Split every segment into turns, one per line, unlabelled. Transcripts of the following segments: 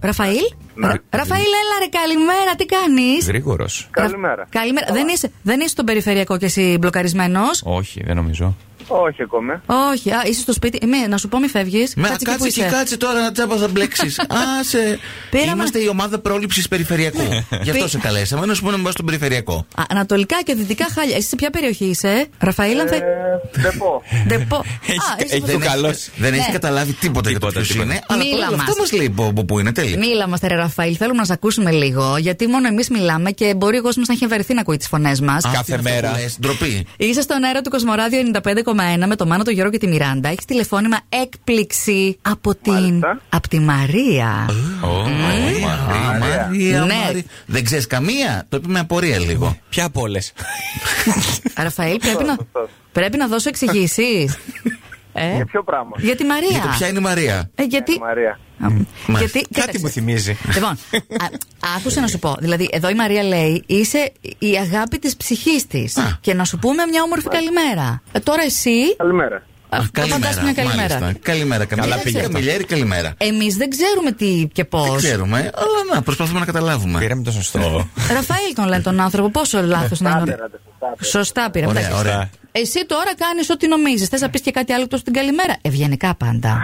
Ραφαήλ.
Ναι.
Ρα- Ραφαήλ, έλα ρε, καλημέρα, τι κάνεις.
Γρήγορος.
Καλημέρα.
Καλημέρα. Δεν είσαι, δεν είσαι στον περιφερειακό και εσύ μπλοκαρισμένος.
Όχι, δεν νομίζω.
Όχι ακόμα.
Όχι, α, είσαι στο σπίτι. Μη, να σου πω, μη φεύγεις.
Με κάτσε, κάτσε και κάτσε τώρα να τσάπα θα μπλέξεις. Άσε.
Πήρα
Είμαστε
μα- Ναι.
η ομάδα πρόληψης περιφερειακού. Γι' αυτό
Πή-
σε καλέσαμε. Να σου πούμε να πα στον περιφερειακό.
Ανατολικά και δυτικά χάλια. Εσύ σε ποια περιοχή είσαι, Ραφαήλ, αν θε.
Ε, δεν πω.
Ντεπό. Α,
Έχεις-
είσαι
έχεις-
στο-
Ο καλός.
Δεν έχεις
Ναι.
καταλάβει τίποτα για το
Τίποτα,
ποιος
τίποτα.
είναι. Αλλά
Μίλα
παρόλα
μας.
αυτά μας λέει που- που- που είναι τέλειο.
Μίλα μας, ρε Ραφαήλ, θέλουμε να σε ακούσουμε λίγο, γιατί μόνο εμείς μιλάμε και μπορεί ο κόσμος να έχει βαρεθεί να ακούει τις φωνές μας.
Α,
Κάθε
τι είναι αυτό
μέρα.
που λες, Ντροπή.
Είσαι στον αέρα του Κοσμοράδιο 95,1 με το Μάνο, το Γιώργο και τη Μιράντα. Έχεις τηλεφώνημα έκπληξη από την.
Μάλιστα. Ε.
από τη Μαρία.
Ω,
Μαρία, Μαρία,
Ναι.
Μαρία. Δεν ξέρεις καμία. Το είπε με απορία λίγο.
Ποια από όλες.
Ραφαήλ, πρέπει να,
σωστός.
πρέπει να δώσω εξηγήσεις. ε,
Για ποιο πράγμα.
για τη
Για το
Μαρία.
ποια είναι η Μαρία.
Ε, γιατί.
Ε, Μαρία.
Α,
Μάλιστα.
γιατί
Κάτι
κοίταξε.
μου θυμίζει.
Λοιπόν, α, άκουσε να σου πω. Δηλαδή, εδώ η Μαρία λέει: Είσαι η αγάπη της ψυχής της.
Α.
Και να σου πούμε μια όμορφη καλημέρα. Ε, τώρα εσύ.
Καλημέρα.
α, θα φαντάσου μια
μάλιστα.
καλημέρα.
Καλημέρα,
Καλά πήγε αυτό.
Καμιλιέρη, καλημέρα.
Εμείς δεν ξέρουμε τι και πώς.
Δεν
Ε,
ξέρουμε, αλλά να προσπαθούμε να καταλάβουμε.
Πήραμε το σωστό.
Ραφαήλ τον λένε τον άνθρωπο. Πόσο λάθος να είναι.
Άντε, άντε, άντε.
Σωστά πήραμε.
Ωραία,
Εντάξει.
ωραία.
Εσύ τώρα κάνεις ό,τι νομίζεις. Θες να πεις και κάτι άλλο εκτό την καλημέρα. Ευγενικά πάντα.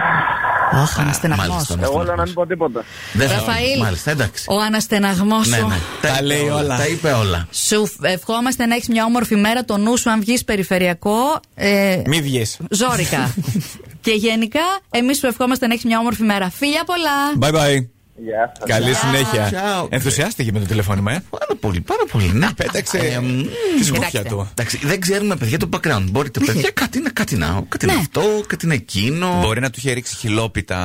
Αχ, αναστεναγμός.
Μάλιστα.
Εγώ λέω να μην πω τίποτα.
Δεν θα-
Ραφαήλ,
Μάλιστα, εντάξει.
ο αναστεναγμός
Ναι,
σου.
ναι.
Τα λέει
είπε
όλα.
Τα είπε όλα.
Σου ευχόμαστε να έχεις μια όμορφη μέρα. Το νου σου, αν βγεις περιφερειακό. Ε,
Μη βγεις.
Ζόρικα. και γενικά, εμείς σου ευχόμαστε να έχεις μια όμορφη μέρα. Φιλιά πολλά!
Bye bye.
Γεια σας.
Καλή συνέχεια.
Ciao.
Ενθουσιάστηκε με το τηλεφώνημα, ε.
Πάρα πολύ, πάρα πολύ. Ναι.
Πέταξε
Ε, μ,
τη σκούφια
Κοιτάξτε.
του.
Εντάξει, δεν ξέρουμε παιδιά το background. Μπορείτε, παιδιά, κάτι είναι, κάτι είναι, κάτι είναι
Ναι.
αυτό, κάτι είναι εκείνο.
Μπορεί να του είχε ρίξει χιλόπιτα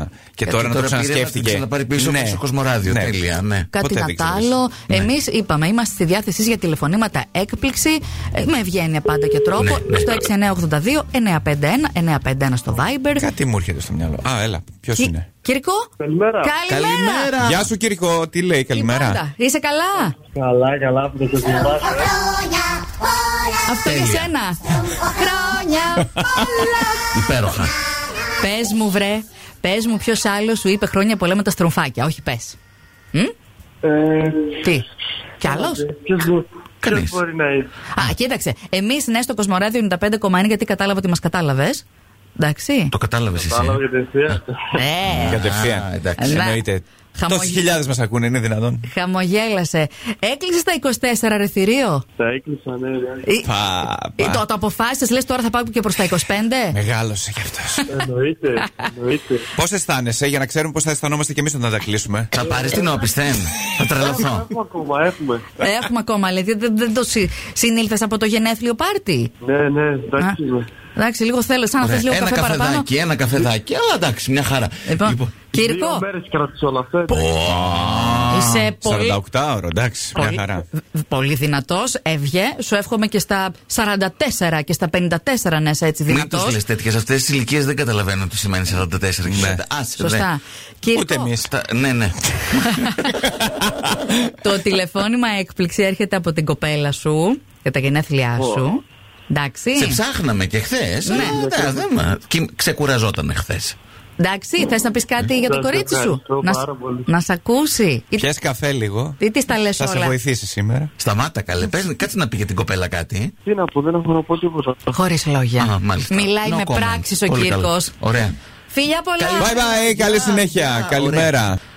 Ε. και
Κάτι
τώρα να το
πήρε
ξανασκέφτηκε.
Να πάρει πίσω ναι. στο Κοσμοράδιο.
Ναι.
Τέλεια, ναι.
Κάτι
Ποτέ
να
δεν
τ'
ξέρεις.
άλλο.
Ναι.
Εμείς είπαμε, είμαστε στη διάθεσή για τηλεφωνήματα έκπληξη. ε, με ευγένεια πάντα και τρόπο.
Ναι,
Στο 6982-951-951 στο Viber.
Κάτι μου έρχεται στο μυαλό. Α, έλα. Ποιος
Κι-
είναι.
Κυρικό.
Καλημέρα.
Καλημέρα.
Γεια σου, Κυρικό. Τι λέει,
Η
καλημέρα.
Μάρτα, Είσαι καλά.
Καλά, καλά που το θυμάσαι.
Αυτό για
Τέλεια.
σένα. Χρόνια πολλά.
Υπέροχα.
Πες μου, βρε. Πες μου, ποιος άλλος σου είπε χρόνια πολλά με τα στρομφάκια. Όχι, πες.
Ε,
Τι. Κι άλλος.
Ποιος
Κανείς.
μπορεί να είναι.
Α, κοίταξε. Εμείς, ναι, στο Κοσμοράδιο 95,1 γιατί κατάλαβα ότι μας κατάλαβες. Εντάξει.
Το κατάλαβες εσύ.
Άλλο για την ευθεία.
Ε,
Α,
Κατευθείαν.
εντάξει.
Εννοείται.
Χαμογελά.
Τόσες χιλιάδες μας ακούνε, είναι δυνατόν.
χαμογέλασε. Έκλεισε τα 24 ρε θηρίο.
Τα έκλεισα, ναι. ναι.
Ή- ή
Πα, πα.
Ε,
Ναι.
Το, ε. το αποφάσισες, λες τώρα θα πάω και προς τα 25.
Μεγάλωσε κι αυτός.
Εννοείται, εννοείται.
Πώς αισθάνεσαι, για να ξέρουμε πώς θα αισθανόμαστε κι εμείς όταν τα κλείσουμε.
Θα πάρεις την όπισθεν. Θα τρελαθώ.
Έχουμε ακόμα, έχουμε.
Έχουμε ακόμα, λέει. Δεν, δεν το συ, συνήλθες από το γενέθλιο πάρτι.
Ναι, ναι,
Α,
εντάξει είμαι.
Εντάξει, λίγο θέλω, σαν να θες λίγο
Ένα
καφέ παραπάνω.
καφεδάκι, ένα καφεδάκι. Αλλά εντάξει, μια χαρά.
Λοιπόν,
Δύο
Κυρικό,
μέρες κράτησε όλα αυτά.
είσαι Ε, πολύ.
48 ώρο, εντάξει, μια
Πολύ,
χαρά.
β- πολύ δυνατός, έβγε. Σου εύχομαι και στα 44 και στα 54 να είσαι έτσι
Μην του
δυνατό.
λες τέτοιες. Αυτές τις ηλικίες δεν καταλαβαίνω τι σημαίνει 44 και 45. Άσε, ρε.
Σωστά. Κύρκο,
Ούτε εμεί.
Στα- Ναι, ναι.
το τηλεφώνημα έκπληξη έρχεται από την κοπέλα σου για τα γενέθλιά σου. Εντάξει.
Σε ψάχναμε και χθες.
Ναι.
Ξεκουραζόταν χθες.
Εντάξει, θες να πεις κάτι για το
Σας
κορίτσι σου.
ευχαριστώ
Να σ-
πάρα πολύ.
Να σε ακούσει. Ή-
Πιες καφέ λίγο.
Ή τι τα λες
Θα σε
όλα.
βοηθήσει σήμερα.
Σταμάτα, καλέ. Πες, κάτσε να πει για την κοπέλα κάτι.
Τι να πω, δεν έχω να πω τίποτα.
Χωρίς λόγια.
Α, μάλιστα.
Μιλάει
No
με
comment.
πράξεις ο
Πολύ
Κύρκο.
καλό. Ωραία.
Φιλιά πολλά.
Bye bye, καλή συνέχεια.
Γεια,
Καλημέρα.